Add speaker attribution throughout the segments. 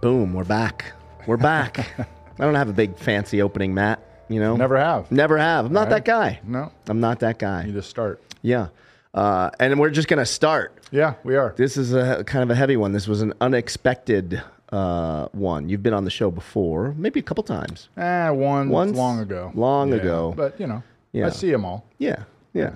Speaker 1: Boom, we're back. We're back. I don't have a big fancy opening, Matt. You know,
Speaker 2: Never have.
Speaker 1: never have. I'm not that guy.
Speaker 2: Right. No.
Speaker 1: I'm not that guy.
Speaker 2: You just start.
Speaker 1: Yeah, uh, and we're just gonna start.
Speaker 2: Yeah, we are.
Speaker 1: This is a kind of a heavy one. This was an unexpected uh, one. You've been on the show before, maybe a couple times.
Speaker 2: Ah, one
Speaker 1: Once-
Speaker 2: long ago.
Speaker 1: long
Speaker 2: Yeah,
Speaker 1: ago.
Speaker 2: But you know,
Speaker 1: Yeah.
Speaker 2: I see them all.
Speaker 1: Yeah, yeah.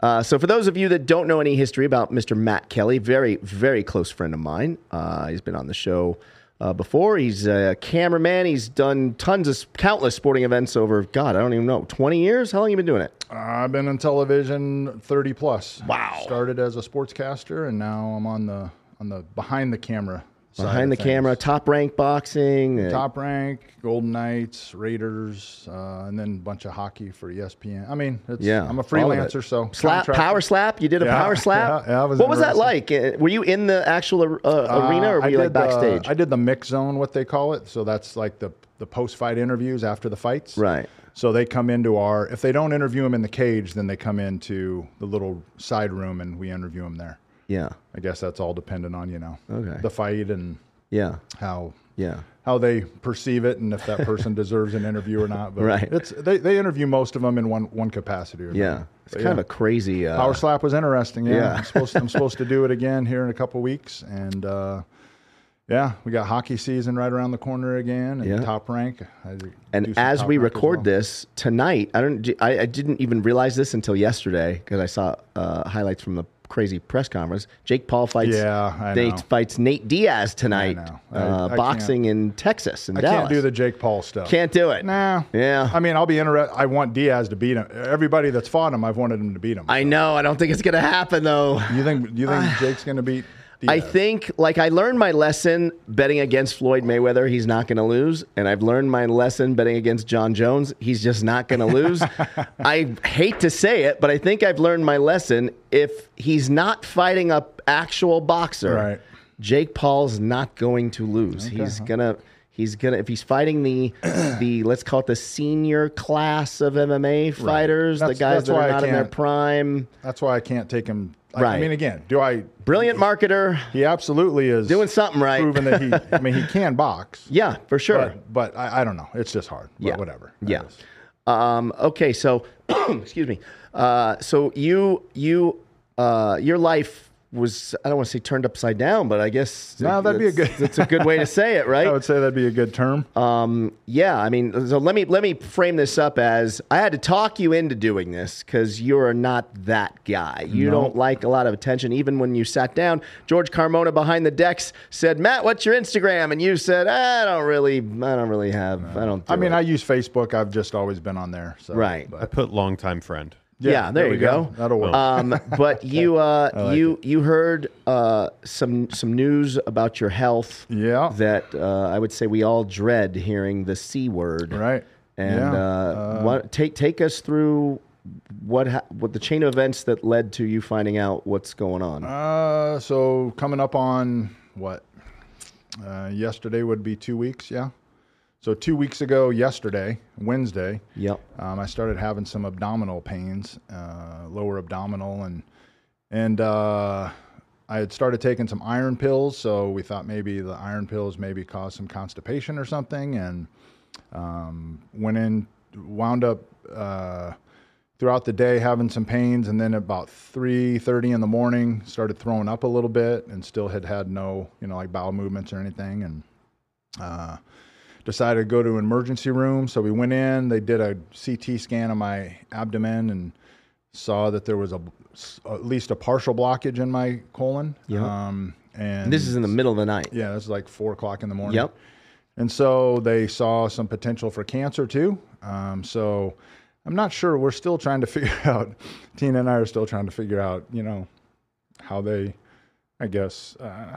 Speaker 1: Uh, so, for those of you that don't know any history about Mr. Matt Kelly, very, very close friend of mine. Uh, he's been on the show uh, before. He's a cameraman. He's done tons of countless sporting events over, God, I don't even know, 20 years? How long you been doing it?
Speaker 2: I've been on television thirty plus.
Speaker 1: Wow.
Speaker 2: Started as a sportscaster, and now I'm on the on the behind the camera. side
Speaker 1: Behind the
Speaker 2: of things.
Speaker 1: camera, top rank boxing. uh,
Speaker 2: Top rank, Golden Knights, Raiders, uh, and then a bunch of hockey for E ESPN. I mean, it's,
Speaker 1: Yeah,
Speaker 2: I'm
Speaker 1: all
Speaker 2: a
Speaker 1: of it.
Speaker 2: freelancer, so
Speaker 1: Slap,
Speaker 2: contract-
Speaker 1: power slap. You did a
Speaker 2: Yeah,
Speaker 1: power slap.
Speaker 2: yeah, yeah, I was
Speaker 1: what was that like?
Speaker 2: interested.
Speaker 1: Uh, Were you in the actual uh,
Speaker 2: Uh,
Speaker 1: arena, or were
Speaker 2: I
Speaker 1: you like
Speaker 2: did the-
Speaker 1: backstage?
Speaker 2: I did the mix zone, what they call it. So that's like the the post fight interviews after the fights.
Speaker 1: Right.
Speaker 2: So they come into our. If they don't interview him in the cage, then they come into the little side room and we interview him there.
Speaker 1: yeah,
Speaker 2: I guess that's all dependent on you know
Speaker 1: Okay.
Speaker 2: the fight and
Speaker 1: yeah,
Speaker 2: how
Speaker 1: yeah.
Speaker 2: how they perceive it and if that person deserves an interview or not. But
Speaker 1: Right.
Speaker 2: It's they, they interview most of them in one one capacity. Or
Speaker 1: Yeah,
Speaker 2: another.
Speaker 1: it's
Speaker 2: But
Speaker 1: kind
Speaker 2: yeah.
Speaker 1: of a crazy. Uh,
Speaker 2: Power slap was interesting. Yeah,
Speaker 1: Yeah.
Speaker 2: I'm, supposed to, I'm supposed to do it again here in a couple weeks, and uh, yeah, we got hockey season right around the corner again, and
Speaker 1: Yeah.
Speaker 2: top rank. I do some
Speaker 1: and as
Speaker 2: top
Speaker 1: we
Speaker 2: rank as
Speaker 1: record
Speaker 2: well.
Speaker 1: this tonight, I don't. I, I didn't even realize this until yesterday because I saw uh, highlights from the crazy press conference. Jake Paul fights.
Speaker 2: Yeah, I
Speaker 1: Nate
Speaker 2: know.
Speaker 1: fights Nate Diaz tonight.
Speaker 2: know. I-
Speaker 1: uh,
Speaker 2: I can't-
Speaker 1: boxing in Texas in
Speaker 2: I
Speaker 1: Dallas.
Speaker 2: can't do the Jake Paul stuff.
Speaker 1: Can't do it.
Speaker 2: Nah.
Speaker 1: Yeah.
Speaker 2: I mean, I'll be interested. I want Diaz to beat him. Everybody that's fought him, I've wanted him to beat him.
Speaker 1: I know. I don't think it's gonna happen though.
Speaker 2: you think? You think Jake's going to beat? Diaz?
Speaker 1: I think, like, I learned my lesson betting against Floyd Mayweather. He's not going to lose. And I've learned my lesson betting against John Jones. He's just not going to lose. I hate to say it, but I think I've learned my lesson. If he's not fighting a actual boxer,
Speaker 2: Right.
Speaker 1: Jake Paul's not going to lose. He's gonna. He's gonna if he's fighting the the let's call it the senior class of MMA fighters,
Speaker 2: That's-
Speaker 1: the guys
Speaker 2: that's
Speaker 1: that
Speaker 2: why
Speaker 1: are
Speaker 2: I
Speaker 1: not in their
Speaker 2: can't-
Speaker 1: prime.
Speaker 2: That's why I can't take him. I,
Speaker 1: Right.
Speaker 2: I mean, again, do I?
Speaker 1: Brilliant marketer,
Speaker 2: He absolutely is
Speaker 1: doing something right.
Speaker 2: proven that he. I mean, he can box.
Speaker 1: yeah, for sure.
Speaker 2: But, but I, I don't know. It's just hard. But
Speaker 1: Yeah.
Speaker 2: whatever.
Speaker 1: Yeah.
Speaker 2: That is-
Speaker 1: Um, okay, so excuse me. Uh, so you you uh, your life was I don't want to say turned upside down, but I guess
Speaker 2: No, that'd be a
Speaker 1: that's-
Speaker 2: good-
Speaker 1: that's a good way to say it, right?
Speaker 2: I would say that'd be a good term.
Speaker 1: yeah, I mean, so let me let me frame this up as I had to talk you into doing this because you're not that guy. You don't like a lot of attention, even when you sat down. George Carmona behind the decks said, "Matt, what's your Instagram?" And you said, "I don't really, I don't really have, I don't." do
Speaker 2: I mean,
Speaker 1: it."
Speaker 2: I use Facebook. I've just always been on there. So,
Speaker 1: Right.
Speaker 2: but-
Speaker 3: I put longtime friend.
Speaker 1: yeah, there,
Speaker 2: there
Speaker 1: you
Speaker 2: we
Speaker 1: go.
Speaker 2: go. That'll work.
Speaker 1: Um, but you uh, you you heard uh, some some news about your health.
Speaker 2: Yeah.
Speaker 1: That uh, I would say we all dread hearing the c word.
Speaker 2: right.
Speaker 1: And
Speaker 2: yeah.
Speaker 1: uh, what take take us through what ha- what the chain of events that led to you finding out what's going on.
Speaker 2: Uh, so coming up on what? Uh, yesterday would be two weeks. Yeah. So two weeks ago, yesterday, Wednesday.
Speaker 1: Yep.
Speaker 2: Um, I started having some abdominal pains, uh, lower abdominal, and and uh, I had started taking some iron pills. So we thought maybe the iron pills maybe caused some constipation or something, and um, went in, wound up uh, throughout the day having some pains, and then about three thirty in the morning started throwing up a little bit, and still had had no you know like bowel movements or anything, and uh, decided to go to an emergency room. So we went in, they did a CT scan of my abdomen and saw that there was a, at least a partial blockage in my colon.
Speaker 1: Yep.
Speaker 2: Um, and
Speaker 1: this is in the middle of the night.
Speaker 2: yeah, this is like four o'clock in the morning.
Speaker 1: Yep.
Speaker 2: And so they saw some potential for cancer too. Um, so I'm not sure. We're still trying to figure out. Tina and I are still trying to figure out, you know, how they, I guess, uh,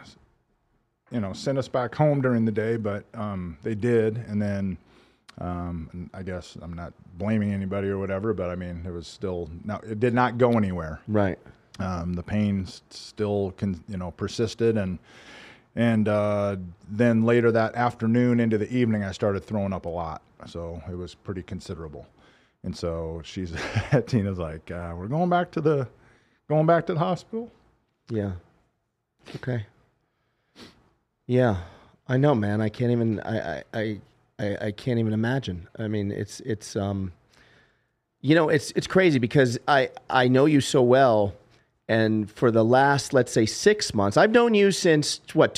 Speaker 2: you know, sent us back home during the day, but um, they did. And then um, and I guess I'm not blaming anybody or whatever, but I mean, it was still, no, it did not go anywhere
Speaker 1: Right.
Speaker 2: um, the pain s- still can you know persisted and and uh, then later that afternoon into the evening i started throwing up a lot so it was pretty considerable and so she's tina's like uh, we're going back to the going back to the hospital
Speaker 1: Yeah. Okay. Yeah. I know, man. I can't even. I, I I I I can't even imagine. I mean, it's it's um, you know, it's it's crazy because I I know you so well, and for the last let's say six months, I've known you since what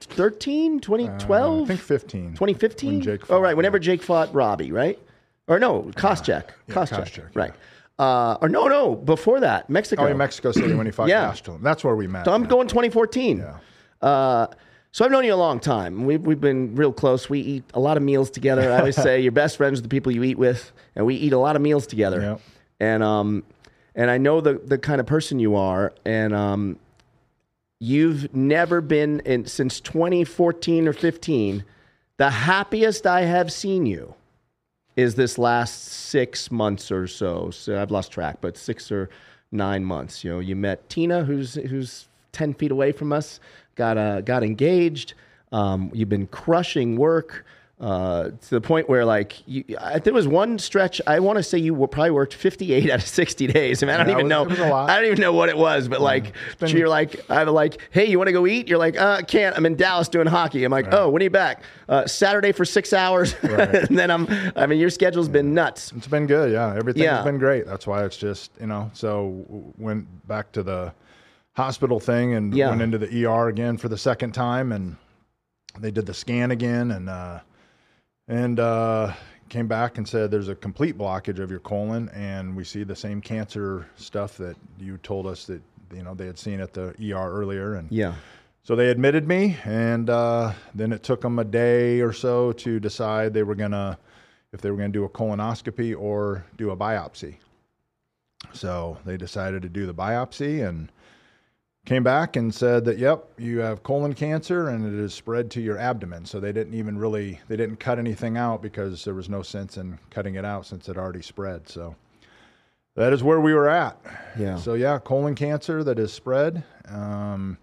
Speaker 1: 2013,
Speaker 2: Uh,
Speaker 1: 2012,
Speaker 2: I think 15.
Speaker 1: 2015.
Speaker 2: When Jake
Speaker 1: oh
Speaker 2: fought,
Speaker 1: right, whenever
Speaker 2: yeah.
Speaker 1: Jake fought Robbie, right? Or no, Koscheck,
Speaker 2: yeah,
Speaker 1: Koscheck,
Speaker 2: Koscheck, yeah.
Speaker 1: right? Uh, or no, no, before that, Mexico.
Speaker 2: Oh, in Mexico City when he fought
Speaker 1: Yeah.
Speaker 2: Gastelum. That's where we met.
Speaker 1: So I'm
Speaker 2: yeah.
Speaker 1: going 2014. Uh, so I've known you a long time. We've, we've been real close. We eat a lot of meals together. I always say your best friends are the people you eat with, and we eat a lot of meals together.
Speaker 2: Yep.
Speaker 1: And um, and I know the the kind of person you are, and um, you've never been in since 2014 or 15. The happiest I have seen you is this last six months or so. So I've lost track, but six or nine months. You know, you met Tina, who's who's ten feet away from us. Got uh, got engaged. Um, you've been crushing work uh, to the point where, like, you, I, there was one stretch. I want to say you were probably worked fifty eight out of sixty days. I mean, I don't
Speaker 2: Yeah, it
Speaker 1: even
Speaker 2: was-
Speaker 1: know.
Speaker 2: it was a lot.
Speaker 1: I don't even know what it was, but like,
Speaker 2: been-
Speaker 1: you're like, I'm like, hey, you want to go eat? You're like, uh, can't. I'm in Dallas doing hockey. I'm like, oh, when are you back? Uh, Saturday for six hours, and then I'm. I mean, your schedule's been nuts.
Speaker 2: It's been good, yeah. Everything's
Speaker 1: Yeah.
Speaker 2: been great. That's why it's just you know. So w- went back to the hospital thing and
Speaker 1: Yeah.
Speaker 2: went into the ER again for the second time, and they did the scan again, and uh, and uh, came back and said there's a complete blockage of your colon, and we see the same cancer stuff that you told us that you know they had seen at the ER earlier, and
Speaker 1: Yeah.
Speaker 2: so they admitted me, and uh, then it took them a day or so to decide they were gonna if they were gonna do a colonoscopy or do a biopsy. So they decided to do the biopsy and came back and said that yep, you have colon cancer and it has spread to your abdomen. So they didn't even really they didn't cut anything out because there was no sense in cutting it out since it already spread. So that is where we were at.
Speaker 1: Yeah.
Speaker 2: So yeah, colon cancer that is spread. Um,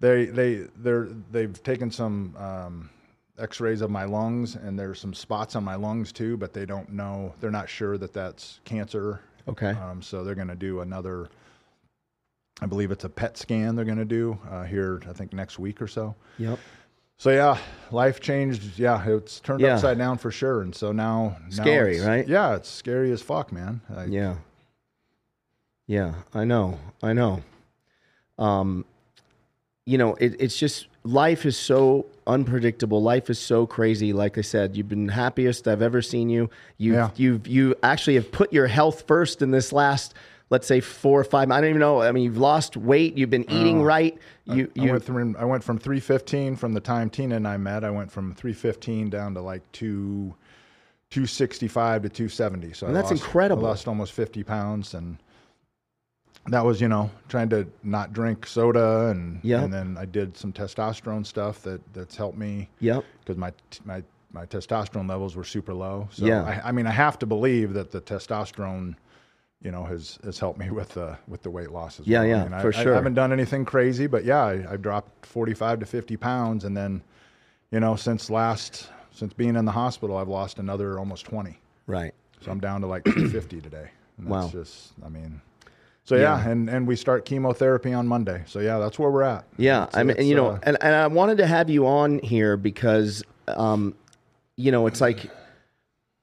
Speaker 2: they they they're they've taken some um, X-rays of my lungs, and there's some spots on my lungs too, but they don't know. They're not sure that that's cancer.
Speaker 1: okay.
Speaker 2: Um, so they're going to do another. I believe it's a PET scan they're going to do uh, here. I think next week or so.
Speaker 1: Yep.
Speaker 2: So yeah, life changed. Yeah, it's turned
Speaker 1: Yeah.
Speaker 2: upside down for sure. And so now, now
Speaker 1: Scary,
Speaker 2: it's-
Speaker 1: right?
Speaker 2: Yeah, it's scary as fuck, man. Like,
Speaker 1: Yeah. Yeah, I know. I know. Um, you know, it, it's just life is so unpredictable. Life is so crazy. Like I said, you've been happiest I've ever seen you. You
Speaker 2: Yeah.
Speaker 1: have you've you actually have put your health first in this last let's say four or five. I don't even know. I mean, you've lost weight. You've been eating right. You
Speaker 2: Oh. I
Speaker 1: you
Speaker 2: went from I went from 315 from the time Tina and I met. I went from 315 down to like two, 265 to 270. So I
Speaker 1: that's
Speaker 2: lost-
Speaker 1: incredible.
Speaker 2: I lost almost 50 pounds, and that was you know trying to not drink soda, and
Speaker 1: Yeah.
Speaker 2: and then I did some testosterone stuff that that's helped me
Speaker 1: yep.
Speaker 2: because my my my testosterone levels were super low. So
Speaker 1: Yeah.
Speaker 2: I, I mean I have to believe that the testosterone, you know, has has helped me with the with the weight loss as
Speaker 1: Yeah,
Speaker 2: well. I
Speaker 1: yeah,
Speaker 2: mean, I,
Speaker 1: for
Speaker 2: I
Speaker 1: sure.
Speaker 2: haven't done anything crazy, but yeah, I, I've dropped forty five to fifty pounds, and then, you know, since last since being in the hospital, I've lost another almost twenty.
Speaker 1: Right.
Speaker 2: So I'm down to like 250 today. And that's
Speaker 1: Wow.
Speaker 2: just I mean. So yeah, and and we start chemotherapy on Monday. So yeah, that's where we're at.
Speaker 1: Yeah,
Speaker 2: It's-
Speaker 1: I mean,
Speaker 2: it's,
Speaker 1: you know,
Speaker 2: uh,
Speaker 1: and, and I wanted to have you on here because, um, you know, it's like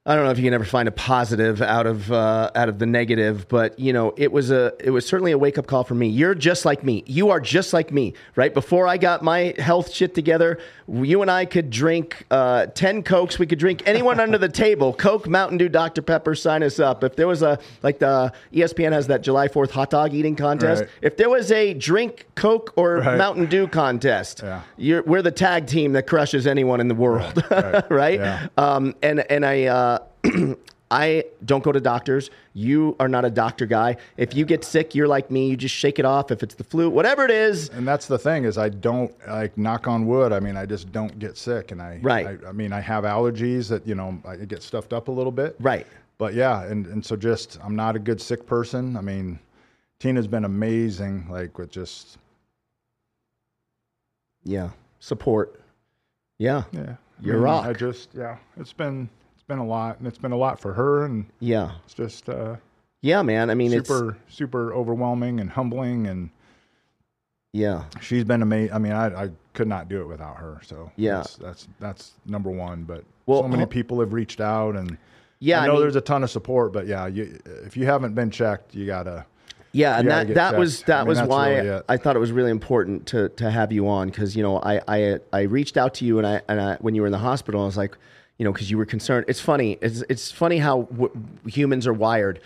Speaker 1: I don't know if you can ever find a positive out of uh, out of the negative, but you know, it was a it was certainly a wake up call for me. You're just like me. You are just like me, right? Before I got my health shit together, you and I could drink uh, ten cokes. We could drink anyone under the table. Coke, Mountain Dew, Dr Pepper. Sign us up. If there was a like the E ESPN has that July Fourth hot dog eating contest.
Speaker 2: Right.
Speaker 1: If there was a drink Coke or
Speaker 2: Right.
Speaker 1: Mountain Dew contest,
Speaker 2: Yeah.
Speaker 1: you're, we're the tag team that crushes anyone in the world, right?
Speaker 2: Yeah.
Speaker 1: Um, and and I uh, I don't go to doctors. You are not a doctor guy. If you get sick, you're like me. You just shake it off. If it's the flu, whatever it is,
Speaker 2: and that's the thing is I don't like knock on wood. I mean, I just don't get sick, and I
Speaker 1: Right.
Speaker 2: I, I mean, I have allergies that you know I get stuffed up a little bit.
Speaker 1: Right.
Speaker 2: But yeah, and and so just I'm not a good sick person. I mean, Tina's been amazing, like with just
Speaker 1: yeah, support. Yeah,
Speaker 2: yeah.
Speaker 1: You're
Speaker 2: I mean,
Speaker 1: rock.
Speaker 2: I just yeah, it's been it's been a lot, and it's been a lot for her, and
Speaker 1: yeah,
Speaker 2: it's just uh,
Speaker 1: yeah, man. I mean, it's
Speaker 2: super super overwhelming and humbling and.
Speaker 1: yeah,
Speaker 2: She's been amazing. I mean, I, I could not do it without her. So
Speaker 1: Yeah.
Speaker 2: that's that's, that's number one. But
Speaker 1: Well,
Speaker 2: so many
Speaker 1: ho-
Speaker 2: people have reached out, and
Speaker 1: Yeah,
Speaker 2: I
Speaker 1: I
Speaker 2: know
Speaker 1: mean-
Speaker 2: there's a ton of support. But yeah, you, if you haven't been checked, you gotta.
Speaker 1: Yeah, and
Speaker 2: You gotta
Speaker 1: that,
Speaker 2: get
Speaker 1: that was
Speaker 2: checked.
Speaker 1: that
Speaker 2: I mean,
Speaker 1: was
Speaker 2: that's
Speaker 1: why
Speaker 2: really it.
Speaker 1: I thought it was really important to to have you on because you know I I I reached out to you and I and I when you were in the hospital I was like you know because you were concerned. It's funny. It's it's funny how w- humans are wired.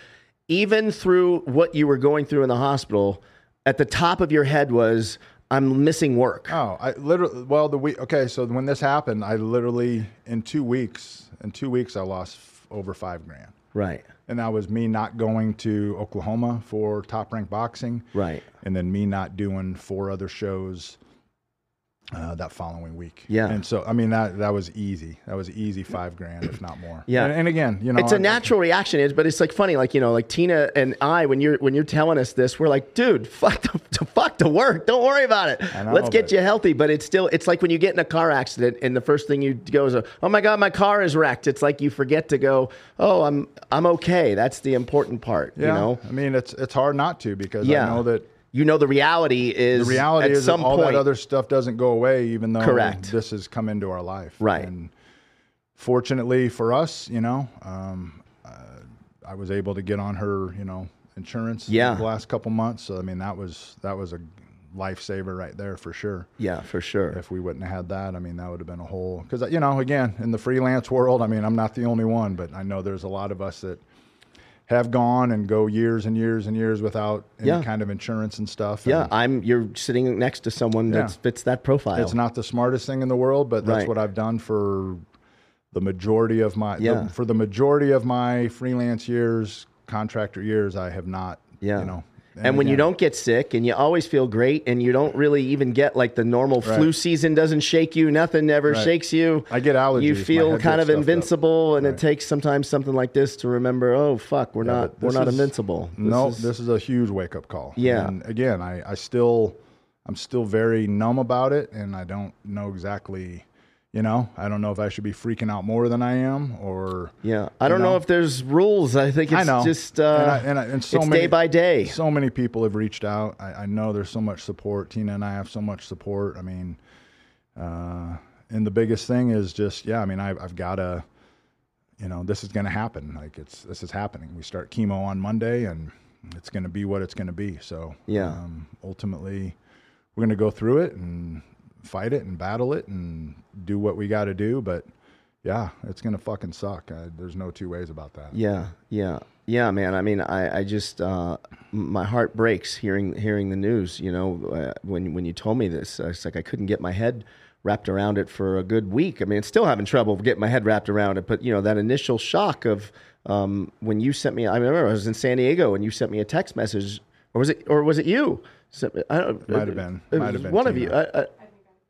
Speaker 1: Even through what you were going through in the hospital, at the top of your head was I'm missing work.
Speaker 2: Oh, I literally. Well, the week. Okay, so when this happened, I literally in two weeks. In two weeks, I lost f- over five grand,
Speaker 1: Right.
Speaker 2: and that was me not going to Oklahoma for Top Rank Boxing,
Speaker 1: Right.
Speaker 2: and then me not doing four other shows uh, that following week.
Speaker 1: Yeah.
Speaker 2: and so I mean that that was easy. That was easy five grand, if not more.
Speaker 1: Yeah.
Speaker 2: and, and again, you know,
Speaker 1: It's a
Speaker 2: I-
Speaker 1: natural reaction, it's- but it's like funny, like you know, like Tina and I, when you're when you're telling us this, we're like, dude, fuck the to fuck the work. Don't worry about it.
Speaker 2: know,
Speaker 1: Let's get
Speaker 2: but-
Speaker 1: you healthy. But it's still, it's like when you get in a car accident and the first thing you go is, oh my god, my car is wrecked. It's like you forget to go, oh, I'm I'm okay. That's the important part, you know.
Speaker 2: I mean, it's it's hard not to because
Speaker 1: Yeah,
Speaker 2: I know that
Speaker 1: you know the reality is
Speaker 2: the reality
Speaker 1: at
Speaker 2: is
Speaker 1: some
Speaker 2: that all
Speaker 1: point.
Speaker 2: that other stuff doesn't go away, even though
Speaker 1: Correct.
Speaker 2: this has come into our life.
Speaker 1: Right.
Speaker 2: And fortunately for us, you know, um, uh, I was able to get on her, you know, insurance.
Speaker 1: Yeah.
Speaker 2: The last couple months, so I mean, that was that was a lifesaver right there for sure.
Speaker 1: yeah, for sure.
Speaker 2: If we wouldn't have had that, I mean, that would have been a whole. Because you know, again, in the freelance world, I mean, I'm not the only one, but I know there's a lot of us that have gone and go years and years and years without any
Speaker 1: Yeah.
Speaker 2: kind of insurance and stuff.
Speaker 1: Yeah,
Speaker 2: and
Speaker 1: I'm. You're sitting next to someone that
Speaker 2: Yeah.
Speaker 1: fits that profile.
Speaker 2: it's not the smartest thing in the world, but that's
Speaker 1: Right.
Speaker 2: what I've done for the majority of my the-
Speaker 1: Yeah.
Speaker 2: for the majority of my freelance years, contractor years. I have not.
Speaker 1: Yeah.
Speaker 2: You know.
Speaker 1: And, when you
Speaker 2: again,
Speaker 1: don't get sick and you always feel great and you don't really even get like the normal flu
Speaker 2: Right.
Speaker 1: season doesn't shake you, nothing ever
Speaker 2: Right.
Speaker 1: shakes you.
Speaker 2: I get allergies.
Speaker 1: You
Speaker 2: My
Speaker 1: feel
Speaker 2: head
Speaker 1: kind
Speaker 2: gets
Speaker 1: of
Speaker 2: stuffed up.
Speaker 1: invincible and it takes sometimes something like this to remember, oh fuck, we're not
Speaker 2: but
Speaker 1: we're
Speaker 2: this
Speaker 1: not
Speaker 2: is-
Speaker 1: invincible. This
Speaker 2: no,
Speaker 1: is-
Speaker 2: this is a huge wake up call.
Speaker 1: Yeah.
Speaker 2: And again, I, I still, I'm still very numb about it, and I don't know exactly, you know, I don't know if I should be freaking out more than I am, or
Speaker 1: yeah. I don't know.
Speaker 2: know.
Speaker 1: if there's rules. I think it's
Speaker 2: I know,
Speaker 1: just uh,
Speaker 2: and I, and, I, and so
Speaker 1: it's
Speaker 2: many
Speaker 1: day by day.
Speaker 2: So many people have reached out. I, I know there's so much support. Tina and I have so much support. I mean, uh, and the biggest thing is just yeah. I mean, I, I've got to, you know, this is going to happen. Like it's this is happening. We start chemo on Monday, and it's going to be what it's going to be. So
Speaker 1: Yeah.
Speaker 2: um, ultimately, we're going to go through it and fight it and battle it and do what we got to do. But yeah, it's going to fucking suck. Uh, there's no two ways about that.
Speaker 1: Yeah, yeah, yeah, man. I mean, I, I just uh, m- my heart breaks hearing hearing the news. You know, uh, when when you told me this, uh, it's like I couldn't get my head wrapped around it for a good week. I mean, it's still having trouble getting my head wrapped around it. But you know, that initial shock of um, when you sent me. I remember I was in San Diego and you sent me a text message, or was it or was it you? Sent me- I don't,
Speaker 2: Might have been.
Speaker 1: it
Speaker 2: Might
Speaker 1: was
Speaker 2: have been
Speaker 1: one of
Speaker 2: Tina.
Speaker 1: you. I, I,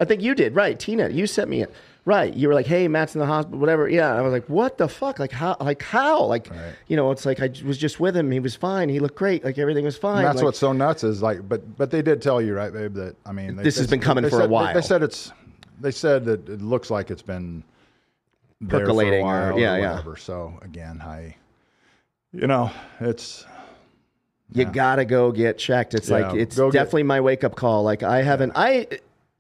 Speaker 1: I think you did, right, Tina? You sent me it, right? You were like, "Hey, Matt's in the hospital, whatever." Yeah, and I was like, "What the fuck? Like how? Like how? Like
Speaker 2: Right.
Speaker 1: you know?" It's like I j- was just with him. He was fine. He looked great. Like everything was fine.
Speaker 2: And that's
Speaker 1: Like,
Speaker 2: what's so nuts is like, but but they did tell you, right, babe? That I mean, they,
Speaker 1: This has
Speaker 2: they-
Speaker 1: been coming
Speaker 2: they
Speaker 1: for a
Speaker 2: said- they-
Speaker 1: while.
Speaker 2: They said it's, they said that it looks like it's been there for a
Speaker 1: Percolating or-
Speaker 2: while
Speaker 1: yeah, yeah.
Speaker 2: whatever. So again, I, you know, it's
Speaker 1: you gotta go get checked. It's like
Speaker 2: Yeah,
Speaker 1: it's
Speaker 2: go get-
Speaker 1: definitely my wake up call. Like I haven't. I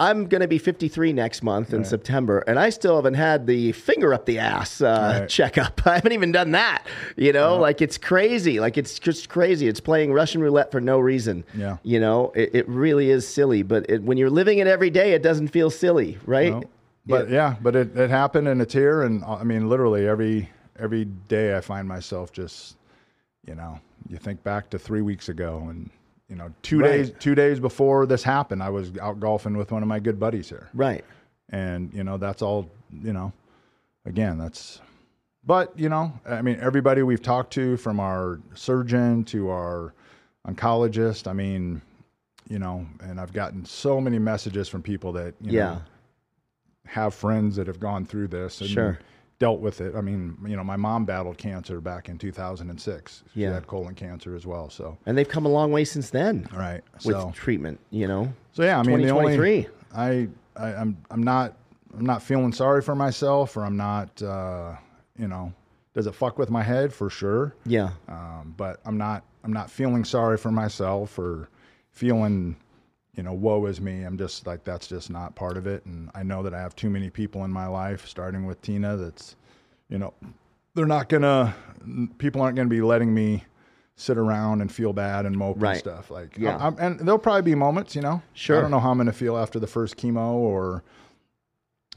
Speaker 1: I'm gonna be 53 next month in September, and I still haven't had the finger up the ass uh,
Speaker 2: Right.
Speaker 1: checkup. I haven't even done that. You know, like it's crazy. Like it's just crazy. It's playing Russian roulette for no reason.
Speaker 2: Yeah.
Speaker 1: You know, it, it really is silly. But it, when you're living it every day, it doesn't feel silly, right?
Speaker 2: No. But yeah, but it, it happened and it's here, and uh, I mean, literally every every day I find myself just, you know, you think back to three weeks ago, and you know, two
Speaker 1: Right.
Speaker 2: days two days before this happened, I was out golfing with one of my good buddies here,
Speaker 1: Right.
Speaker 2: and you know that's all you know again that's but you know i mean everybody we've talked to from our surgeon to our oncologist i mean you know and i've gotten so many messages from people that you
Speaker 1: Yeah.
Speaker 2: know have friends that have gone through this and
Speaker 1: Sure.
Speaker 2: dealt with it i mean you know my mom battled cancer back in 2006 she
Speaker 1: Yeah.
Speaker 2: had colon cancer as well so
Speaker 1: And they've come a long way since then
Speaker 2: all right
Speaker 1: with
Speaker 2: so
Speaker 1: treatment. You know.
Speaker 2: so yeah, I mean, the only
Speaker 1: 2023.
Speaker 2: I, I I'm I'm not I'm not feeling sorry for myself, or I'm not uh, you know, does it fuck with my head for sure?
Speaker 1: Yeah.
Speaker 2: Um, but I'm not I'm not feeling sorry for myself or feeling you know, woe is me. I'm just like, that's just not part of it. And I know that I have too many people in my life, starting with Tina, that's, you know, they're not gonna, people aren't gonna be letting me sit around and feel bad and mope
Speaker 1: Right.
Speaker 2: and stuff. Like,
Speaker 1: Yeah.
Speaker 2: I, am and there'll probably be moments, you know,
Speaker 1: Sure.
Speaker 2: I don't know how I'm gonna feel after the first chemo or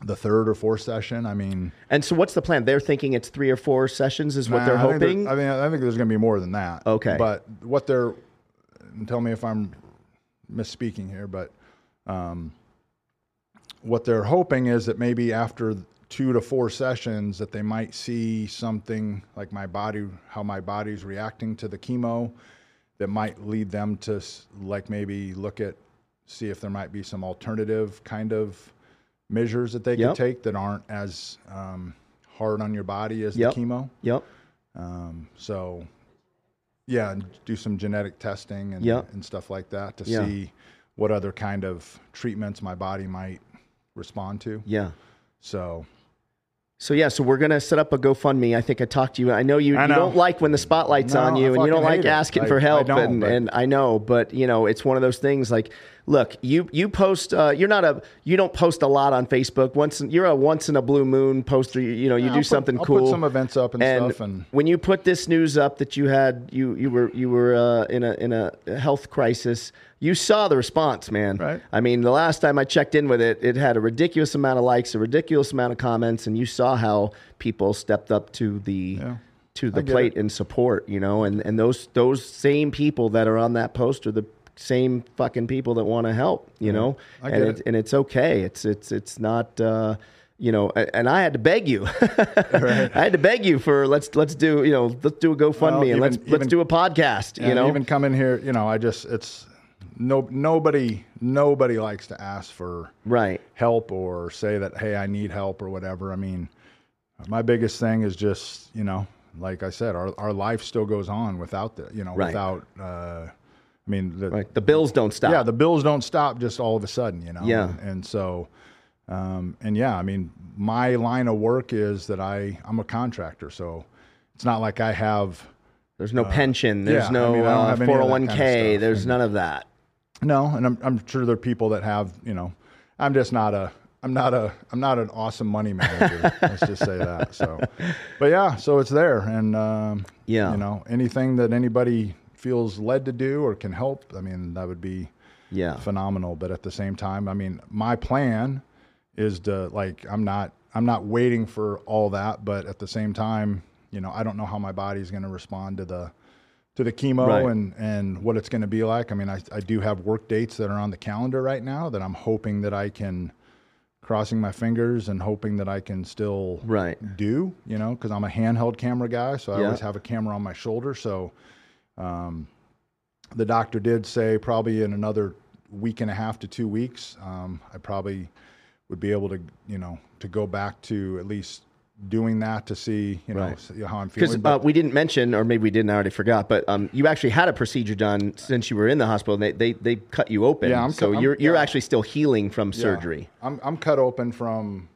Speaker 2: the third or fourth session. I mean,
Speaker 1: And so, what's the plan? They're thinking it's three or four sessions, is what
Speaker 2: Nah,
Speaker 1: they're
Speaker 2: I think there-
Speaker 1: hoping.
Speaker 2: I mean, I think there's going to be more than that.
Speaker 1: Okay.
Speaker 2: But what they're, and tell me if I'm misspeaking here, but um, what they're hoping is that maybe after two to four sessions that they might see something like my body, how my body's reacting to the chemo, that might lead them to s- like maybe look at see if there might be some alternative kind of measures that they
Speaker 1: Yep.
Speaker 2: can take that aren't as um, hard on your body as
Speaker 1: Yep.
Speaker 2: the chemo.
Speaker 1: yep.
Speaker 2: Um, so, yeah, and do some genetic testing and,
Speaker 1: Yeah.
Speaker 2: and stuff like that to
Speaker 1: Yeah.
Speaker 2: see what other kind of treatments my body might respond to.
Speaker 1: Yeah.
Speaker 2: So,
Speaker 1: So yeah, so we're gonna set up a GoFundMe. I think I talked to you. I know you,
Speaker 2: I
Speaker 1: you
Speaker 2: know.
Speaker 1: don't like when the spotlight's
Speaker 2: No,
Speaker 1: on
Speaker 2: I
Speaker 1: you, and you don't
Speaker 2: fucking
Speaker 1: like
Speaker 2: hate it.
Speaker 1: asking
Speaker 2: I-
Speaker 1: for
Speaker 2: I
Speaker 1: help.
Speaker 2: don't,
Speaker 1: and,
Speaker 2: but-
Speaker 1: and I know, but you know, it's one of those things. Like, look, you you post. Uh, you're not a you don't post a lot on Facebook. Once in- you're a once in a blue moon poster. You, you know, you
Speaker 2: I'll
Speaker 1: do
Speaker 2: put-
Speaker 1: something
Speaker 2: I'll
Speaker 1: cool.
Speaker 2: put some events up and stuff and-
Speaker 1: when you put this news up that you had you you were you were uh, in a in a health crisis. You saw the response, man.
Speaker 2: Right.
Speaker 1: I mean, the last time I checked in with it, it had a ridiculous amount of likes, a ridiculous amount of comments, and you saw how people stepped up to the
Speaker 2: Yeah.
Speaker 1: to the
Speaker 2: I get
Speaker 1: plate in support, you know, and and those those same people that are on that post are the same fucking people that want to help, you know,
Speaker 2: I
Speaker 1: and
Speaker 2: get
Speaker 1: and it's okay. It's it's it's not. Uh, you know, a- and I had to beg you. I had to beg you for let's let's do you know let's do a GoFundMe
Speaker 2: Well,
Speaker 1: and
Speaker 2: even-
Speaker 1: let's let's
Speaker 2: even-
Speaker 1: do a podcast. you
Speaker 2: and
Speaker 1: know,
Speaker 2: even come in here, you know, I just, it's no, nobody, nobody likes to ask for
Speaker 1: right?
Speaker 2: help or say that, Hey, I need help or whatever. I mean, my biggest thing is just, you know, like I said, our, our life still goes on without the, you know,
Speaker 1: Right.
Speaker 2: without, uh, I mean, the,
Speaker 1: Like the bills don't stop.
Speaker 2: Yeah, the bills don't stop just all of a sudden, you know.
Speaker 1: Yeah.
Speaker 2: And, and so, um, and yeah, I mean, my line of work is that I I'm a contractor, so it's not like I have
Speaker 1: there's no pension. There's
Speaker 2: uh, yeah, I
Speaker 1: no
Speaker 2: mean, I don't
Speaker 1: uh,
Speaker 2: have any of that kind
Speaker 1: 401k.
Speaker 2: of stuff,
Speaker 1: there's none of that.
Speaker 2: no, and I'm I'm sure there are people that have you know, I'm just not a. I'm not a I'm not an awesome money manager. let's just say that. So, but yeah, so it's there, and um,
Speaker 1: Yeah.
Speaker 2: you know, anything that anybody feels led to do or can help, I mean, that would be
Speaker 1: Yeah,
Speaker 2: phenomenal but at the same time i mean my plan is to like i'm not i'm not waiting for all that but at the same time you know i don't know how my body's going to respond to the to the chemo
Speaker 1: Right.
Speaker 2: and and what it's going to be like i mean I, I do have work dates that are on the calendar right now that i'm hoping that i can crossing my fingers and hoping that i can still
Speaker 1: right.
Speaker 2: do, you know, because I'm a handheld camera guy, so I
Speaker 1: Yeah.
Speaker 2: always have a camera on my shoulder. So, um, the doctor did say probably in another week and a half to two weeks, um, I probably would be able to, you know, to go back to at least doing that to see, you know,
Speaker 1: Right.
Speaker 2: see how I'm
Speaker 1: Because
Speaker 2: feeling.
Speaker 1: uh, we didn't mention, or maybe we didn't. I already forgot. But um, you actually had a procedure done since you were in the hospital. And they, they they cut you open.
Speaker 2: Yeah, I'm
Speaker 1: so
Speaker 2: cu- I'm-
Speaker 1: you're you're
Speaker 2: yeah.
Speaker 1: actually still healing from
Speaker 2: Yeah.
Speaker 1: surgery.
Speaker 2: uh, I'm I'm cut open from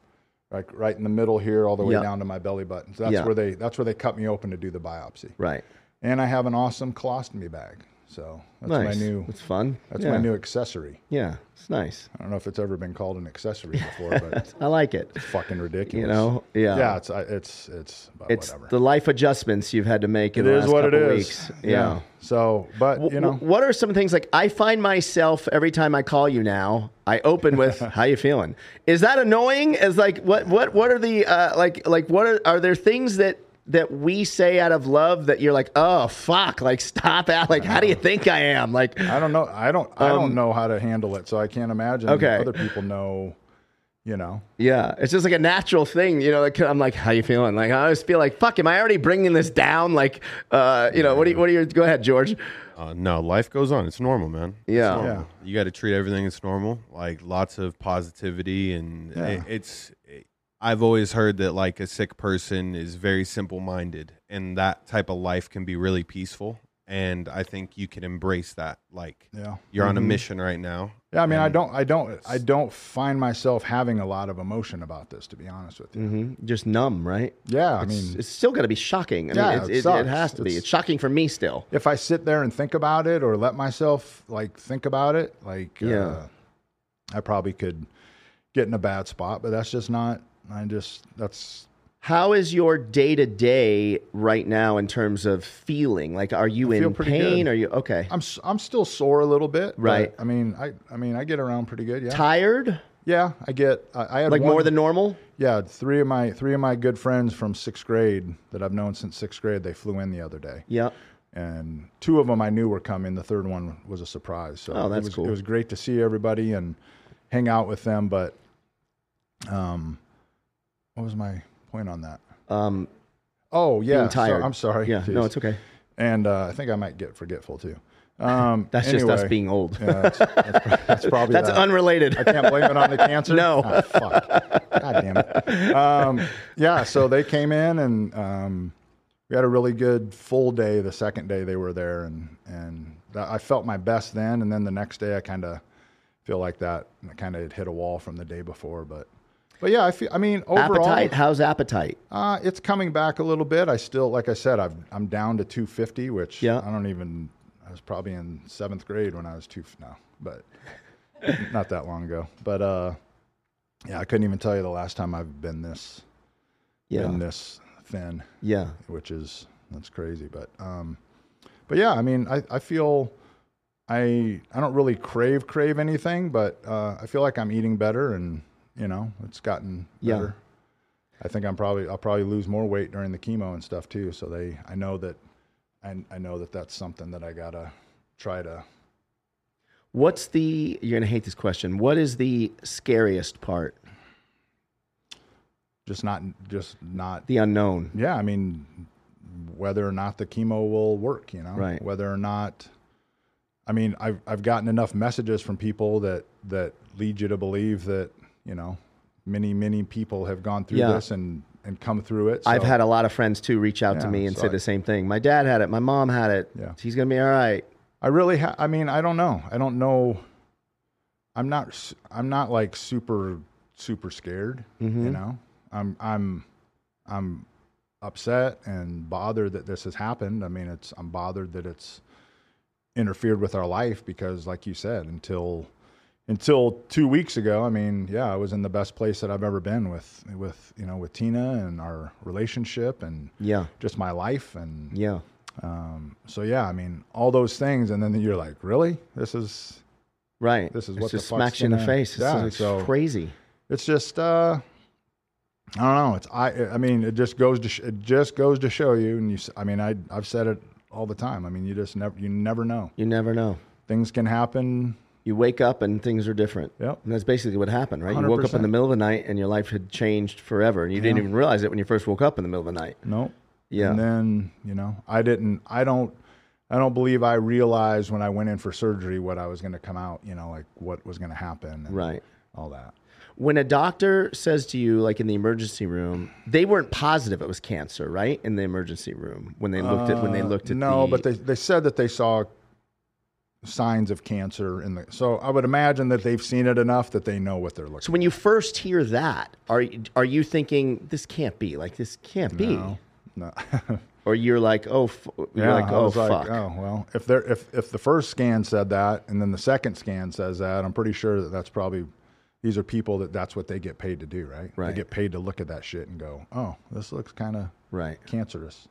Speaker 2: like right in the middle here, all the way
Speaker 1: Yeah.
Speaker 2: down to my belly button. So that's
Speaker 1: Yeah.
Speaker 2: where they that's where they cut me open to do the biopsy.
Speaker 1: Right.
Speaker 2: And I have an awesome colostomy bag, so that's
Speaker 1: Nice.
Speaker 2: my new.
Speaker 1: It's fun.
Speaker 2: That's
Speaker 1: yeah.
Speaker 2: my new accessory.
Speaker 1: Yeah, it's nice.
Speaker 2: I don't know if it's ever been called an accessory before, but it's
Speaker 1: I like it.
Speaker 2: fucking ridiculous.
Speaker 1: You know. Yeah.
Speaker 2: Yeah, it's I- it's it's but
Speaker 1: It's
Speaker 2: whatever.
Speaker 1: the life adjustments you've had to make in
Speaker 2: it
Speaker 1: the
Speaker 2: is
Speaker 1: last
Speaker 2: what it
Speaker 1: couple
Speaker 2: is.
Speaker 1: weeks. yeah.
Speaker 2: So, but you
Speaker 1: W-
Speaker 2: know,
Speaker 1: what are some things like I find myself every time I call you now, I open with "How you feeling?" Is that annoying? Is like what what what are the uh, like like what are are there things that that we say out of love that you're like oh fuck like stop out like how do you think I am like
Speaker 2: I don't know. I don't. I don't know how to handle it, so I can't imagine.
Speaker 1: Um, Okay.
Speaker 2: Other people know. You know.
Speaker 1: yeah it's just like a natural thing you know like I'm like how you feeling like I always feel like fuck am I already bringing this down like uh you know what do you, what are your go ahead George
Speaker 3: Uh, no, life goes on. It's normal, man. It's
Speaker 1: Yeah.
Speaker 3: normal.
Speaker 2: Yeah.
Speaker 3: You got to treat everything as normal. Like lots of positivity, and
Speaker 2: Yeah.
Speaker 3: it- it's. I've always heard that like a sick person is very simple minded, and that type of life can be really peaceful. and I think you can embrace that. Like
Speaker 2: Yeah. Mm-hmm.
Speaker 3: you're on a mission right now.
Speaker 2: Yeah, I mean, I
Speaker 3: And-
Speaker 2: don't, I don't, I don't find myself having a lot of emotion about this, to be honest with you.
Speaker 1: hmm Just numb, right?
Speaker 2: Yeah, I
Speaker 1: It's-
Speaker 2: mean,
Speaker 1: it's still going to be shocking. I
Speaker 2: Yeah,
Speaker 1: mean, it's,
Speaker 2: it
Speaker 1: it, it,
Speaker 2: sucks.
Speaker 1: has to be.
Speaker 2: It's-
Speaker 1: It's shocking for me still.
Speaker 2: if I sit there and think about it, or let myself like think about it, like,
Speaker 1: Yeah.
Speaker 2: uh, I probably could get in a bad spot, but that's just not. I just that's
Speaker 1: How is your day to day right now in terms of feeling? Like, are you
Speaker 2: feel
Speaker 1: in
Speaker 2: pretty
Speaker 1: pain?
Speaker 2: good.
Speaker 1: Are you okay?
Speaker 2: I'm s- I'm still sore a little bit. but,
Speaker 1: Right.
Speaker 2: I mean, I I mean, I get around pretty good. Yeah.
Speaker 1: Tired?
Speaker 2: Yeah, I get. I, I had
Speaker 1: Like
Speaker 2: one-
Speaker 1: more than normal?
Speaker 2: yeah. Three of my three of my good friends from sixth grade that I've known since sixth grade. They flew in the other day.
Speaker 1: Yeah.
Speaker 2: and two of them I knew were coming. The third one was a surprise. So
Speaker 1: Oh, that's
Speaker 2: it was,
Speaker 1: cool.
Speaker 2: It was great to see everybody and hang out with them. But um, what was my point on that?
Speaker 1: Um,
Speaker 2: Oh yeah,
Speaker 1: being tired.
Speaker 2: So, I'm sorry.
Speaker 1: Yeah. No,
Speaker 2: Jeez.
Speaker 1: it's okay.
Speaker 2: And uh, I think I might get forgetful too. Um,
Speaker 1: That's just us
Speaker 2: anyway.
Speaker 1: being old.
Speaker 2: Yeah, that's, that's, pro- that's probably
Speaker 1: That's
Speaker 2: that.
Speaker 1: unrelated.
Speaker 2: I can't blame it on the cancer.
Speaker 1: No.
Speaker 2: Ah, fuck. God damn it. Um, yeah. So they came in and um, we had a really good full day. The second day they were there, and and that, I felt my best then. And then the next day I kind of feel like that kind of hit a wall from the day before. But but yeah, I feel. I mean, overall,
Speaker 1: appetite? How's appetite?
Speaker 2: uh, it's coming back a little bit. I still, like I said, I've, I'm down to 250, which
Speaker 1: Yeah.
Speaker 2: I don't even. I was probably in seventh grade when I was two. No, but not that long ago. But uh, yeah, I couldn't even tell you the last time I've been this
Speaker 1: Yeah.
Speaker 2: been this thin,
Speaker 1: Yeah.
Speaker 2: which is that's crazy. But um, but yeah, I mean, I, I feel I I don't really crave crave anything, but uh, I feel like I'm eating better, and you know, it's gotten
Speaker 1: Yeah.
Speaker 2: better. I think I'm probably I'll probably lose more weight during the chemo and stuff too. So they I know that I I know that that's something that I gotta try to.
Speaker 1: What's the, you're going to hate this question. What is the scariest part?
Speaker 2: Just not, just not.
Speaker 1: The unknown.
Speaker 2: Yeah, I mean, whether or not the chemo will work, you know,
Speaker 1: Right.
Speaker 2: Whether or not, I mean, I've I've gotten enough messages from people that that lead you to believe that you know, many many people have gone through
Speaker 1: Yeah.
Speaker 2: this and and come through it.
Speaker 1: I've
Speaker 2: so-
Speaker 1: had a lot of friends too reach out to
Speaker 2: Yeah,
Speaker 1: me and
Speaker 2: so
Speaker 1: say
Speaker 2: I-
Speaker 1: the same thing. My dad had it. My mom had it.
Speaker 2: Yeah.
Speaker 1: She's going to be all right.
Speaker 2: I really, ha- I mean, I don't know. I don't know. I'm not. s- I'm not like super, super scared. You know, I'm, I'm, I'm upset and bothered that this has happened. I mean, it's. I'm bothered that it's interfered with our life because, like you said, until until two weeks ago, I mean, yeah, I was in the best place that I've ever been with with you know with Tina and our relationship and
Speaker 1: Yeah.
Speaker 2: just my life and
Speaker 1: Yeah.
Speaker 2: so yeah, I mean, all those things, and then you're like, really? This is
Speaker 1: Right.
Speaker 2: This is
Speaker 1: It's
Speaker 2: what the
Speaker 1: just
Speaker 2: fuck's
Speaker 1: smacks you in the
Speaker 2: gonna-
Speaker 1: face. It's
Speaker 2: Yeah,
Speaker 1: like
Speaker 2: so-
Speaker 1: crazy.
Speaker 2: it's just uh, I don't know. It's I I mean, it just goes to sh- it just goes to show you, and you. s- I mean, I I've said it all the time. I mean, you just never you never know.
Speaker 1: You never know.
Speaker 2: Things can happen.
Speaker 1: You wake up and things are different.
Speaker 2: Yep.
Speaker 1: And that's basically what happened, right? You woke up in the
Speaker 2: 100%.
Speaker 1: middle of the night and your life had changed forever. And you didn't even realize it when you first woke up in the middle of the night.
Speaker 2: Nope.
Speaker 1: Yeah.
Speaker 2: And then you know, I didn't. I don't. I don't believe I realized when I went in for surgery what I was going to come out. You know, like what was going to happen. And
Speaker 1: Right.
Speaker 2: All that.
Speaker 1: When a doctor says to you, like in the emergency room, they weren't positive it was cancer, right? In the emergency room when they looked at when they
Speaker 2: Uh,
Speaker 1: looked at
Speaker 2: no,
Speaker 1: the,
Speaker 2: but they they said that they saw signs of cancer in the. So I would imagine that they've seen it enough that they know what they're looking.
Speaker 1: So when you first hear that, are are you thinking this can't be like this can't be,
Speaker 2: No.
Speaker 1: or you're like oh f- you're
Speaker 2: yeah,
Speaker 1: like
Speaker 2: I
Speaker 1: oh
Speaker 2: was like,
Speaker 1: fuck
Speaker 2: oh well, if there if if the first scan said that and then the second scan says that, I'm pretty sure that that's probably these are people that that's what they get paid to do, right?
Speaker 1: Right.
Speaker 2: They get paid to look at that shit and go, oh, this looks kind of
Speaker 1: right
Speaker 2: cancerous.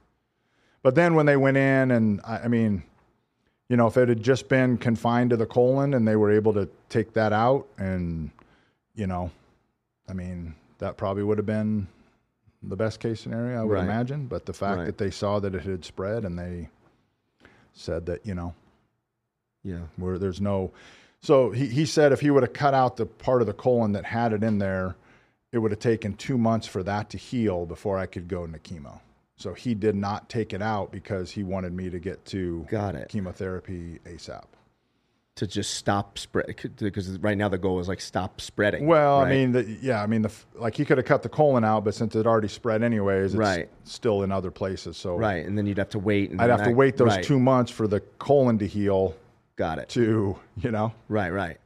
Speaker 2: But then when they went in, and I, I mean, you know, if it had just been confined to the colon and they were able to take that out, and, you know, I mean, that probably would have been the best case scenario, I would
Speaker 1: Right.
Speaker 2: imagine. But the fact
Speaker 1: Right.
Speaker 2: that they saw that it had spread and they said that, you know,
Speaker 1: yeah
Speaker 2: where there's no. So he, he said if he would have cut out the part of the colon that had it in there, it would have taken two months for that to heal before I could go into chemo. So he did not take it out because he wanted me to get to
Speaker 1: got it
Speaker 2: chemotherapy ASAP.
Speaker 1: to just stop spread because right now the goal is like stop spreading.
Speaker 2: Well,
Speaker 1: right?
Speaker 2: I mean, the, yeah, I mean, the f- like he could have cut the colon out, but since it already spread anyways, it's
Speaker 1: Right.
Speaker 2: still in other places. So
Speaker 1: right, and then you'd have to wait. And
Speaker 2: I'd
Speaker 1: then
Speaker 2: have to
Speaker 1: that-
Speaker 2: wait those
Speaker 1: right.
Speaker 2: two months for the colon to heal
Speaker 1: Got it.
Speaker 2: to, you know,
Speaker 1: Right, right.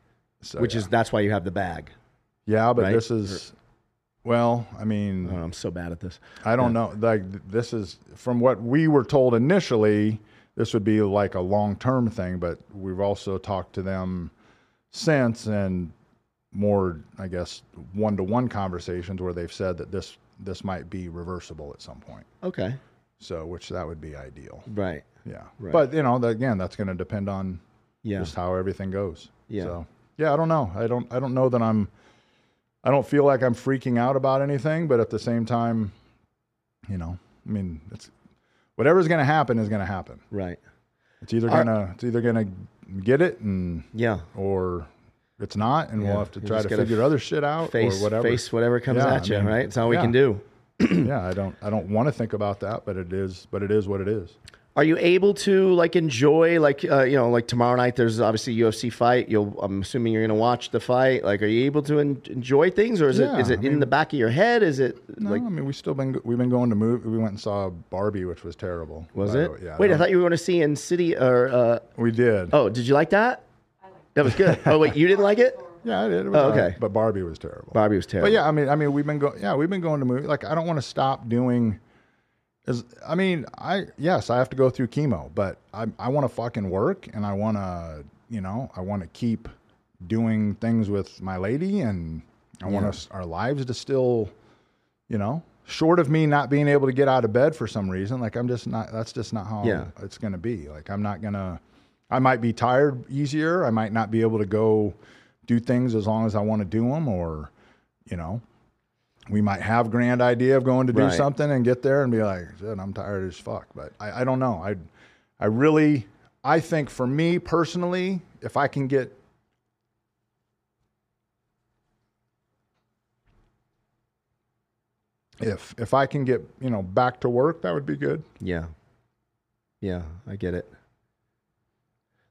Speaker 2: so,
Speaker 1: Which
Speaker 2: Oh, yeah.
Speaker 1: is that's why you have the bag.
Speaker 2: yeah, but
Speaker 1: right?
Speaker 2: this is, well, I mean,
Speaker 1: Oh, I'm so bad at this.
Speaker 2: I don't know. Like th- this is from what we were told initially. This would be like a long term thing, but we've also talked to them since and more, I guess, one to one conversations where they've said that this this might be reversible at some point.
Speaker 1: Okay.
Speaker 2: So, which that would be ideal.
Speaker 1: Right.
Speaker 2: Yeah.
Speaker 1: Right.
Speaker 2: But you know, that- again, that's going to depend on
Speaker 1: Yeah.
Speaker 2: just how everything goes.
Speaker 1: Yeah.
Speaker 2: So, yeah, I don't know. I don't I don't know that I'm I don't feel like I'm freaking out about anything, but at the same time, you know, I mean, it's whatever's going to happen is going to happen.
Speaker 1: right.
Speaker 2: It's either going to it's either going to get it and
Speaker 1: Yeah.
Speaker 2: or it's not and
Speaker 1: Yeah,
Speaker 2: we'll have to
Speaker 1: you
Speaker 2: try
Speaker 1: just
Speaker 2: to
Speaker 1: gotta
Speaker 2: figure other shit out
Speaker 1: Face
Speaker 2: or whatever.
Speaker 1: face whatever comes
Speaker 2: Yeah,
Speaker 1: at
Speaker 2: I
Speaker 1: you.
Speaker 2: mean,
Speaker 1: right. It's all we
Speaker 2: yeah.
Speaker 1: can do.
Speaker 2: yeah, I don't I don't want to think about that, but it is but it is what it is.
Speaker 1: Are you able to like enjoy like uh, you know like tomorrow night? There's obviously a UFC fight. You'll I'm assuming you're gonna watch the fight. Like, are you able to en- enjoy things, or is
Speaker 2: Yeah,
Speaker 1: it is it
Speaker 2: I
Speaker 1: in the back of your head? Is it
Speaker 2: No,
Speaker 1: like
Speaker 2: I mean we've still been we've been going to move. We went and saw Barbie, which was terrible.
Speaker 1: was
Speaker 2: by the
Speaker 1: it?
Speaker 2: way. Yeah.
Speaker 1: Wait, I
Speaker 2: no,
Speaker 1: thought you were going to see in City or uh,
Speaker 2: we did.
Speaker 1: oh, did you like that? That was good. Oh wait, you didn't like it?
Speaker 2: Yeah, I did. It was
Speaker 1: Oh,
Speaker 2: all
Speaker 1: okay.
Speaker 2: right, But Barbie was terrible.
Speaker 1: Barbie was terrible.
Speaker 2: But yeah, I mean, I mean, we've been going. Yeah, we've been going to movies. Like, I don't want to stop doing. Is I mean, I yes, I have to go through chemo, but I I want to fucking work, and I want to you know I want to keep doing things with my lady, and I want us our lives to still, you know, short of me not being able to get out of bed for some reason. Like I'm just not. That's just not how
Speaker 1: Yeah.
Speaker 2: it's gonna be. Like I'm not gonna. I might be tired easier. I might not be able to go do things as long as I want to do them, or you know, we might have grand idea of going to do
Speaker 1: Right.
Speaker 2: something and get there and be like, "Shit, I'm tired as fuck. But I, I don't know. I, I really, I think for me personally, if I can get, if if I can get you know back to work, that would be good.
Speaker 1: Yeah. Yeah, I get it.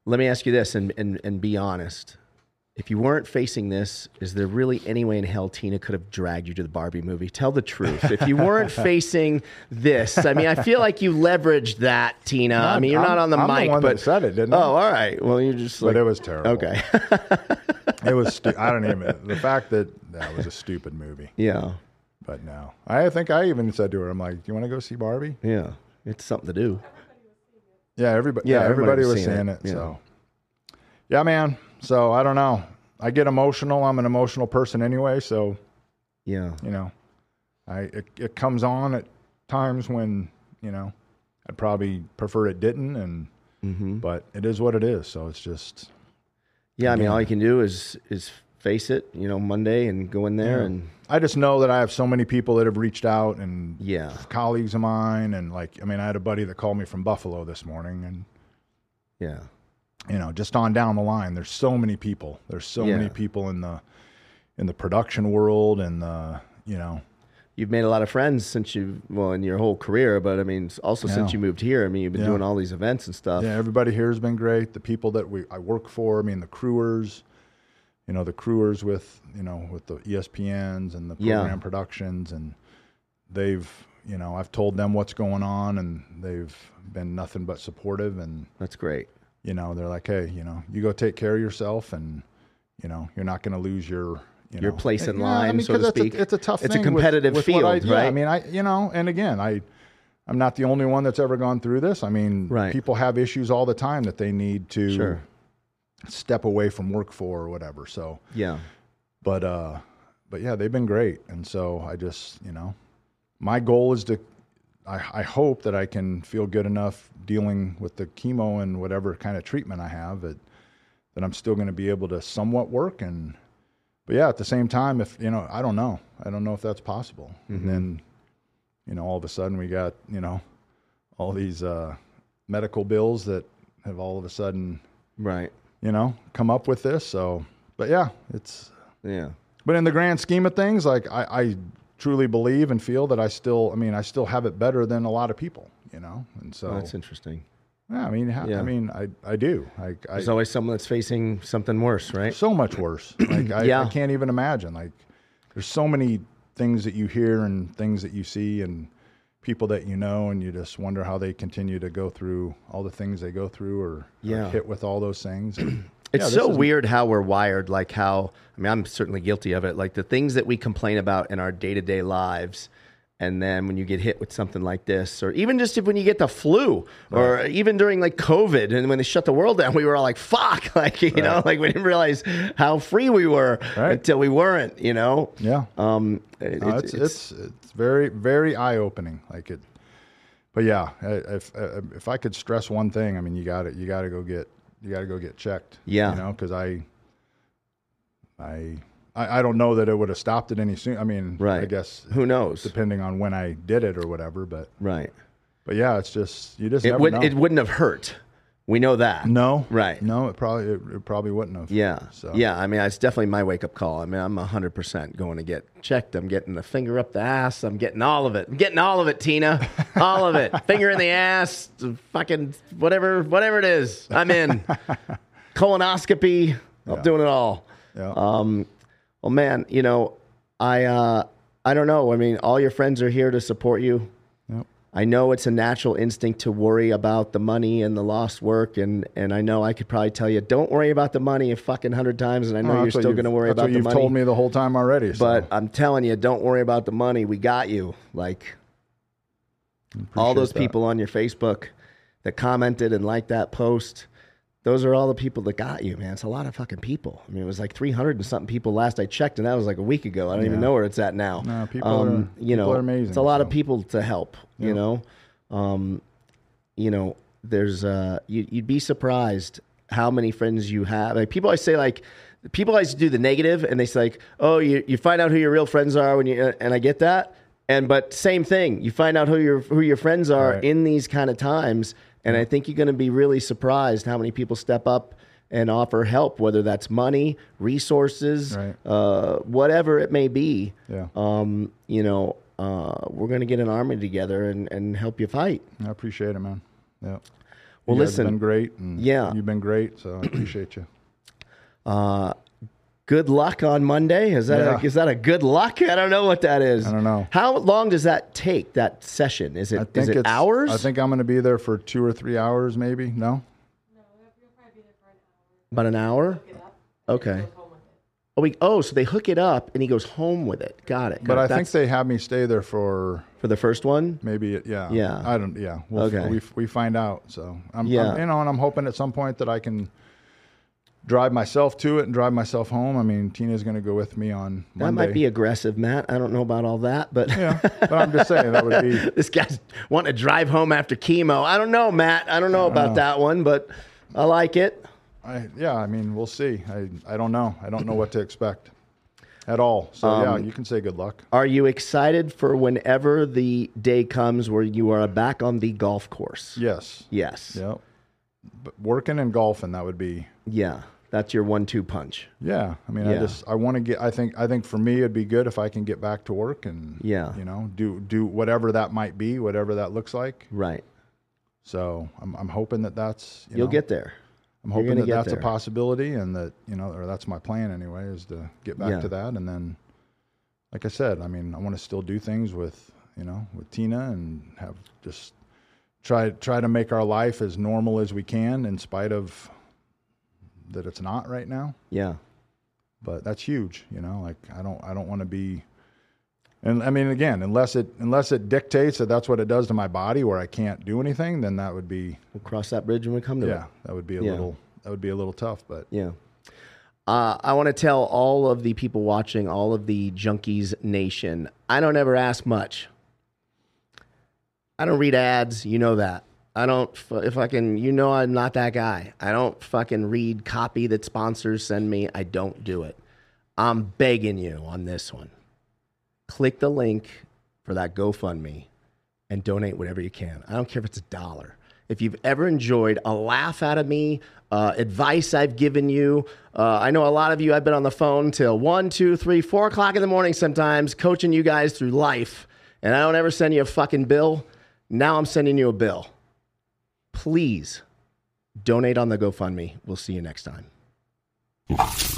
Speaker 1: Let me ask you this and, and, and be honest. If you weren't facing this, is there really any way in hell Tina could have dragged you to the Barbie movie? Tell the truth. If you weren't facing this, I mean, I feel like you leveraged that, Tina. I mean, you're
Speaker 2: I'm-
Speaker 1: not on the
Speaker 2: I'm the
Speaker 1: mic,
Speaker 2: one that
Speaker 1: but
Speaker 2: said it, didn't I?
Speaker 1: Oh, all right. Well, you're just like
Speaker 2: But it was terrible.
Speaker 1: okay.
Speaker 2: it was. Stu- I don't even. The fact that that was a stupid movie.
Speaker 1: yeah,
Speaker 2: But no, I think I even said to her, "I'm like, do you want to go see Barbie?"
Speaker 1: yeah. It's something to do.
Speaker 2: Yeah, everybody.
Speaker 1: Yeah,
Speaker 2: Yeah,
Speaker 1: everybody
Speaker 2: everybody,
Speaker 1: was
Speaker 2: was
Speaker 1: seeing
Speaker 2: seeing
Speaker 1: it,
Speaker 2: it.
Speaker 1: yeah.
Speaker 2: So, yeah, man. So I don't know. I get emotional. I'm an emotional person anyway. So
Speaker 1: Yeah,
Speaker 2: you know, I it, it comes on at times when you know I'd probably prefer it didn't, and but it is what it is. So it's just
Speaker 1: mm-hmm. yeah. I mean, all you can do is is face it. You know, Monday and go in there and
Speaker 2: I just know that I have so many people that have reached out and
Speaker 1: yeah,
Speaker 2: colleagues of mine, and like I mean, I had a buddy that called me from Buffalo this morning, and
Speaker 1: yeah,
Speaker 2: you know, just on down the line, there's so many people. There's so
Speaker 1: Yeah.
Speaker 2: many people in the in the production world and the you know
Speaker 1: you've made a lot of friends since you well in your whole career but i mean s- also since
Speaker 2: Yeah.
Speaker 1: you moved here i mean you've been
Speaker 2: Yeah.
Speaker 1: doing all these events and stuff
Speaker 2: yeah everybody here has been great the people that we i work for i mean the crewers you know the crewers with you know with the E espns and the
Speaker 1: Yeah.
Speaker 2: program productions and they've you know i've told them what's going on and they've been nothing but supportive and
Speaker 1: that's great
Speaker 2: you know they're like hey you know you go take care of yourself and you know you're not going to lose your you
Speaker 1: Your
Speaker 2: know-
Speaker 1: place in
Speaker 2: Yeah,
Speaker 1: line, so
Speaker 2: 'cause
Speaker 1: to
Speaker 2: it's a-
Speaker 1: speak.
Speaker 2: it's a tough
Speaker 1: It's a
Speaker 2: thing with-
Speaker 1: competitive
Speaker 2: with what I-
Speaker 1: field,
Speaker 2: yeah,
Speaker 1: right?
Speaker 2: i mean i you know and again i i'm not the only one that's ever gone through this i mean
Speaker 1: Right.
Speaker 2: people have issues all the time that they need to
Speaker 1: Sure.
Speaker 2: step away from work for or whatever so
Speaker 1: yeah
Speaker 2: but uh but yeah they've been great and so i just you know my goal is to I, I hope that i can feel good enough dealing with the chemo and whatever kind of treatment i have that that i'm still going to be able to somewhat work and but yeah at the same time if you know i don't know i don't know if that's possible and then you know all of a sudden we got you know all these uh medical bills that have all of a sudden
Speaker 1: right
Speaker 2: you know come up with this so but yeah it's
Speaker 1: yeah
Speaker 2: but in the grand scheme of things, like I, I truly believe and feel that I still, I mean, I still have it better than a lot of people, you know? And so
Speaker 1: that's interesting
Speaker 2: Yeah, I mean, ha-
Speaker 1: Yeah.
Speaker 2: I mean, I, I do. I, I
Speaker 1: There's always someone that's facing something worse, right?
Speaker 2: so much worse. Like I,
Speaker 1: Yeah.
Speaker 2: I can't even imagine. Like there's so many things that you hear and things that you see and people that you know, and you just wonder how they continue to go through all the things they go through or, or
Speaker 1: Yeah.
Speaker 2: hit with all those things. And,
Speaker 1: It's
Speaker 2: yeah, this
Speaker 1: so
Speaker 2: is-
Speaker 1: weird how we're wired. Like how I mean, I'm certainly guilty of it. Like the things that we complain about in our day to day lives, and then when you get hit with something like this, or even just if when you get the flu, or even during like COVID, and when they shut the world down, we were all like, "Fuck!" Like you know, like we didn't realize how free we were
Speaker 2: Right.
Speaker 1: until we weren't. You know.
Speaker 2: Yeah.
Speaker 1: Um. it-
Speaker 2: No, it's, it's, it's very very eye opening. Like it, but yeah, I- if uh, if I could stress one thing, I mean, you got it. You got to go get you got to go get checked.
Speaker 1: Yeah.
Speaker 2: you know, because I, I, I I don't know that it would have stopped it any soon. I mean, I
Speaker 1: Right.
Speaker 2: guess
Speaker 1: who knows?
Speaker 2: depending on when I did it or whatever. But
Speaker 1: Right.
Speaker 2: but yeah, it's just you just
Speaker 1: It
Speaker 2: never
Speaker 1: would.
Speaker 2: know.
Speaker 1: It wouldn't have hurt. We know that.
Speaker 2: no,
Speaker 1: Right.
Speaker 2: No, it probably it, it probably wouldn't have.
Speaker 1: Yeah.
Speaker 2: So.
Speaker 1: Yeah. I mean, it's definitely my wake up call. I mean, I'm 100% going to get checked. I'm getting the finger up the ass. I'm getting all of it. I'm getting all of it, Tina. All of it. finger in the ass, fucking whatever, whatever it is. I'm in. Colonoscopy. I'm doing it all.
Speaker 2: Yeah.
Speaker 1: Um, well, man, you know, I, uh, I don't know. I mean, all your friends are here to support you.
Speaker 2: Yep.
Speaker 1: I know it's a natural instinct to worry about the money and the lost work, and and I know I could probably tell you, don't worry about the money a fucking hundred times, and I know
Speaker 2: Well,
Speaker 1: you're
Speaker 2: Oh, that's what
Speaker 1: still
Speaker 2: you've-
Speaker 1: going to worry
Speaker 2: that's
Speaker 1: about
Speaker 2: what
Speaker 1: the
Speaker 2: you've
Speaker 1: money.
Speaker 2: told me the whole time already. so
Speaker 1: but I'm telling you, don't worry about the money. We got you. Like all
Speaker 2: appreciate
Speaker 1: those
Speaker 2: that.
Speaker 1: people on your Facebook that commented and liked that post. Those are all the people that got you, man. It's a lot of fucking people. I mean, it was like 300 and something people last I checked, and that was like a week ago. I don't even know where it's at now. Um,
Speaker 2: No, people are-
Speaker 1: you know,
Speaker 2: people are amazing,
Speaker 1: It's a lot of
Speaker 2: so.
Speaker 1: people to help. You know, um, you know, there's uh, you, you'd be surprised how many friends you have. Like people always say, like people always do the negative, and they say like, oh, you you find out who your real friends are when you, uh," and I get that, and but same thing, you find out who your who your friends are
Speaker 2: Right.
Speaker 1: in these kind of times, and I think you're going to be really surprised how many people step up. And offer help, whether that's money, resources,
Speaker 2: Right.
Speaker 1: uh, whatever it may be
Speaker 2: yeah,
Speaker 1: um, you know, uh, we're going to get an army together and, and help you fight.
Speaker 2: I appreciate it, man. Yeah.
Speaker 1: Well,
Speaker 2: you guys have
Speaker 1: listen,
Speaker 2: been great. And
Speaker 1: Yeah.
Speaker 2: you've been great. So I appreciate you.
Speaker 1: good luck on Monday. Is that a,
Speaker 2: Yeah.
Speaker 1: is that a good luck? I don't know what that is. I
Speaker 2: don't know.
Speaker 1: How long does that take? That session is it?
Speaker 2: I
Speaker 1: Is
Speaker 2: think
Speaker 1: it
Speaker 2: it's,
Speaker 1: hours?
Speaker 2: I think I'm going to be there for two or three hours, maybe. No,
Speaker 1: about an hour. Okay. Oh, we, oh, so they hook it up and he goes home with it. Got it.
Speaker 2: but
Speaker 1: Got it.
Speaker 2: I think
Speaker 1: That's
Speaker 2: they have me stay there for
Speaker 1: for the first one.
Speaker 2: maybe. Yeah.
Speaker 1: Yeah.
Speaker 2: I don't. Yeah. We'll,
Speaker 1: Okay.
Speaker 2: We we find out. So I'm,
Speaker 1: Yeah.
Speaker 2: I'm you know, and I'm hoping at some point that I can drive myself to it and drive myself home. I mean, Tina's going to go with me on
Speaker 1: That
Speaker 2: Monday.
Speaker 1: might be aggressive, Matt. I don't know about all that, but
Speaker 2: yeah. But I'm just saying that would be.
Speaker 1: this guy's wanting to drive home after chemo. I don't know, Matt. I don't know about that one, but I like it.
Speaker 2: I, yeah, I mean, we'll see. I, I don't know. I don't know what to expect at all. So, yeah,
Speaker 1: Um,
Speaker 2: you can say good luck.
Speaker 1: Are you excited for whenever the day comes where you are back on the golf course?
Speaker 2: Yes.
Speaker 1: Yes.
Speaker 2: Yep. But working and golfing, that would be.
Speaker 1: Yeah. That's your one two punch.
Speaker 2: Yeah. I mean,
Speaker 1: Yeah.
Speaker 2: I just, I want to get, I think, I think for me, it'd be good if I can get back to work and,
Speaker 1: Yeah.
Speaker 2: you know, do, do whatever that might be, whatever that looks like.
Speaker 1: Right.
Speaker 2: So I'm, I'm hoping that that's, you
Speaker 1: You'll
Speaker 2: know,
Speaker 1: get there.
Speaker 2: I'm
Speaker 1: you're
Speaker 2: hoping
Speaker 1: gonna
Speaker 2: that
Speaker 1: get
Speaker 2: that's
Speaker 1: there.
Speaker 2: a possibility and that, you know, or that's my plan anyway, is to get back
Speaker 1: Yeah.
Speaker 2: to that. And then, like I said, I mean, I want to still do things with, you know, with Tina and have just try, try to make our life as normal as we can in spite of that it's not right now.
Speaker 1: Yeah.
Speaker 2: But that's huge, you know, like I don't, I don't want to be, and I mean, again, unless it, unless it dictates that that's what it does to my body where I can't do anything, then that would be,
Speaker 1: We'll cross that bridge when we come to it.
Speaker 2: yeah, that would be a
Speaker 1: Yeah.
Speaker 2: little, that would be a little tough, but
Speaker 1: Yeah. Uh, I want to tell all of the people watching, all of the Junkies Nation, I don't ever ask much. I don't read ads. You know that. I don't f- if I can. You know I'm not that guy. I don't fucking read copy that sponsors send me. I don't do it. I'm begging you on this one. Click the link for that GoFundMe and donate whatever you can. I don't care if it's a dollar. If you've ever enjoyed a laugh out of me, uh, advice I've given you, uh, I know a lot of you, I've been on the phone till one, two, three, four o'clock in the morning sometimes, coaching you guys through life. And I don't ever send you a fucking bill. Now I'm sending you a bill please donate on the GoFundMe. We'll see you next time.